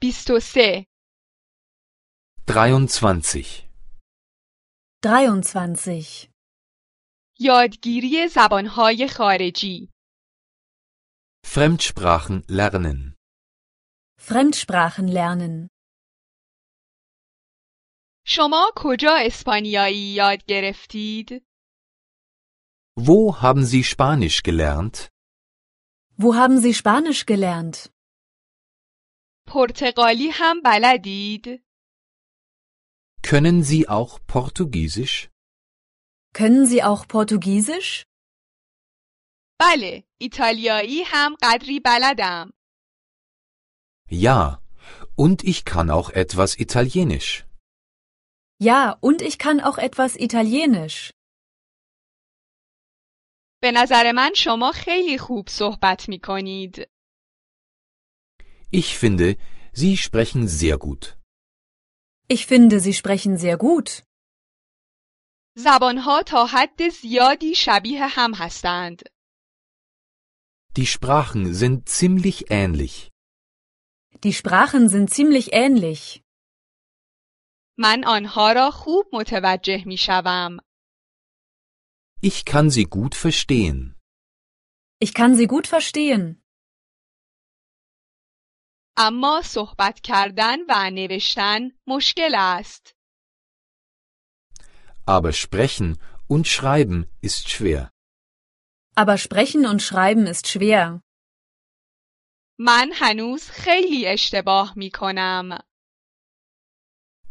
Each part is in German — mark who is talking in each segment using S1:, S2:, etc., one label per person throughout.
S1: Bissau-See.
S2: dreiundzwanzig,
S3: 23.
S1: یادگیری زبانهای خارجی
S2: Fremdsprachen lernen.
S3: Fremdsprachen lernen.
S1: شما کجا اسپانیایی یاد گرفتید؟
S2: Wo haben Sie Spanisch gelernt?
S3: Wo haben Sie Spanisch gelernt?
S1: پرتغالی هم بلدید؟
S2: Können Sie auch Portugiesisch?
S3: Können Sie auch Portugiesisch?
S1: بله، ایتالیایی هم قدری بلدم.
S2: Ja. Und ich kann auch etwas Italienisch.
S3: Ja, und ich kann auch etwas Italienisch.
S1: به نظر من شما خیلی خوب صحبت می کنید.
S2: Ich finde, Sie sprechen sehr gut.
S3: Ich finde, Sie sprechen sehr gut.
S1: زبانها تا حد زیادی شبیه هم هستند.
S2: Die Sprachen sind ziemlich ähnlich.
S3: Die Sprachen sind ziemlich ähnlich.
S1: من آنها را خوب متوجه می شوم.
S2: Ich kann sie gut verstehen.
S3: Ich kann sie gut verstehen.
S1: اما صحبت کردن و نوشتن مشکل است.
S2: Aber sprechen und schreiben ist schwer.
S3: Aber sprechen und schreiben ist schwer.
S1: من هنوز خیلی اشتباه می کنم.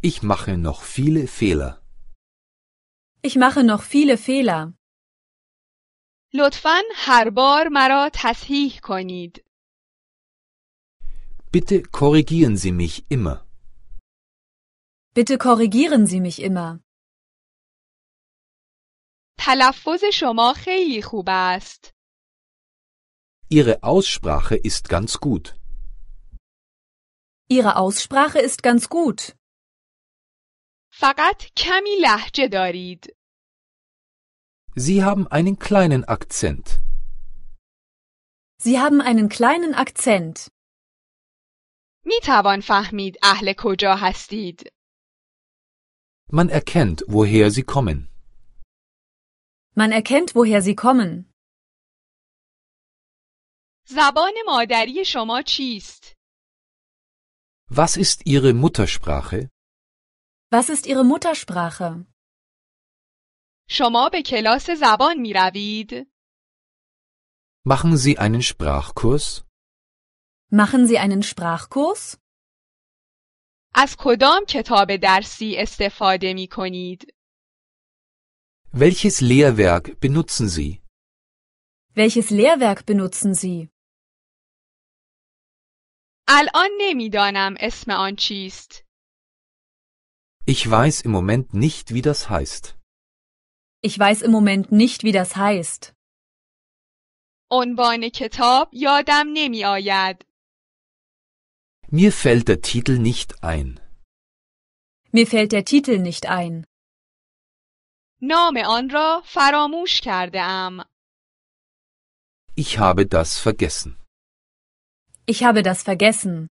S2: Ich mache noch viele Fehler.
S3: Ich mache noch viele Fehler.
S1: لطفا هر بار مرا تصحیح کنید.
S2: Bitte korrigieren Sie mich immer.
S3: Bitte korrigieren Sie mich immer.
S1: تلفظ شما خیلی خوب است.
S2: Ihre Aussprache ist ganz gut.
S3: Ihre Aussprache ist ganz gut.
S1: فقط کمی لحجه دارید.
S2: Sie haben einen kleinen Akzent.
S3: Sie haben einen kleinen Akzent.
S1: می توان فهمید اهل کجا هستید.
S2: Man erkennt, woher sie kommen.
S3: Man erkennt, woher Sie kommen.
S1: زبان مادری شما چیست؟
S2: Was ist Ihre Muttersprache?
S3: Was ist Ihre Muttersprache?
S1: شما به کلاس زبان می روید؟
S2: Machen Sie einen Sprachkurs?
S3: Machen Sie einen Sprachkurs?
S1: از کدام کتاب درسی استفاده می کنید؟
S2: Welches Lehrwerk benutzen Sie?
S3: Welches Lehrwerk benutzen Sie?
S1: الان نمیدانم اسم آن چیست.
S2: Ich weiß im Moment nicht, wie das heißt.
S3: Ich weiß im Moment nicht, wie das heißt.
S1: عنوان کتاب یادم نمی آید.
S2: Mir fällt der Titel nicht ein.
S3: Mir fällt der Titel nicht ein.
S1: نام آن را فراموش کرده ام.
S2: Ich habe das vergessen.
S3: Ich habe das vergessen.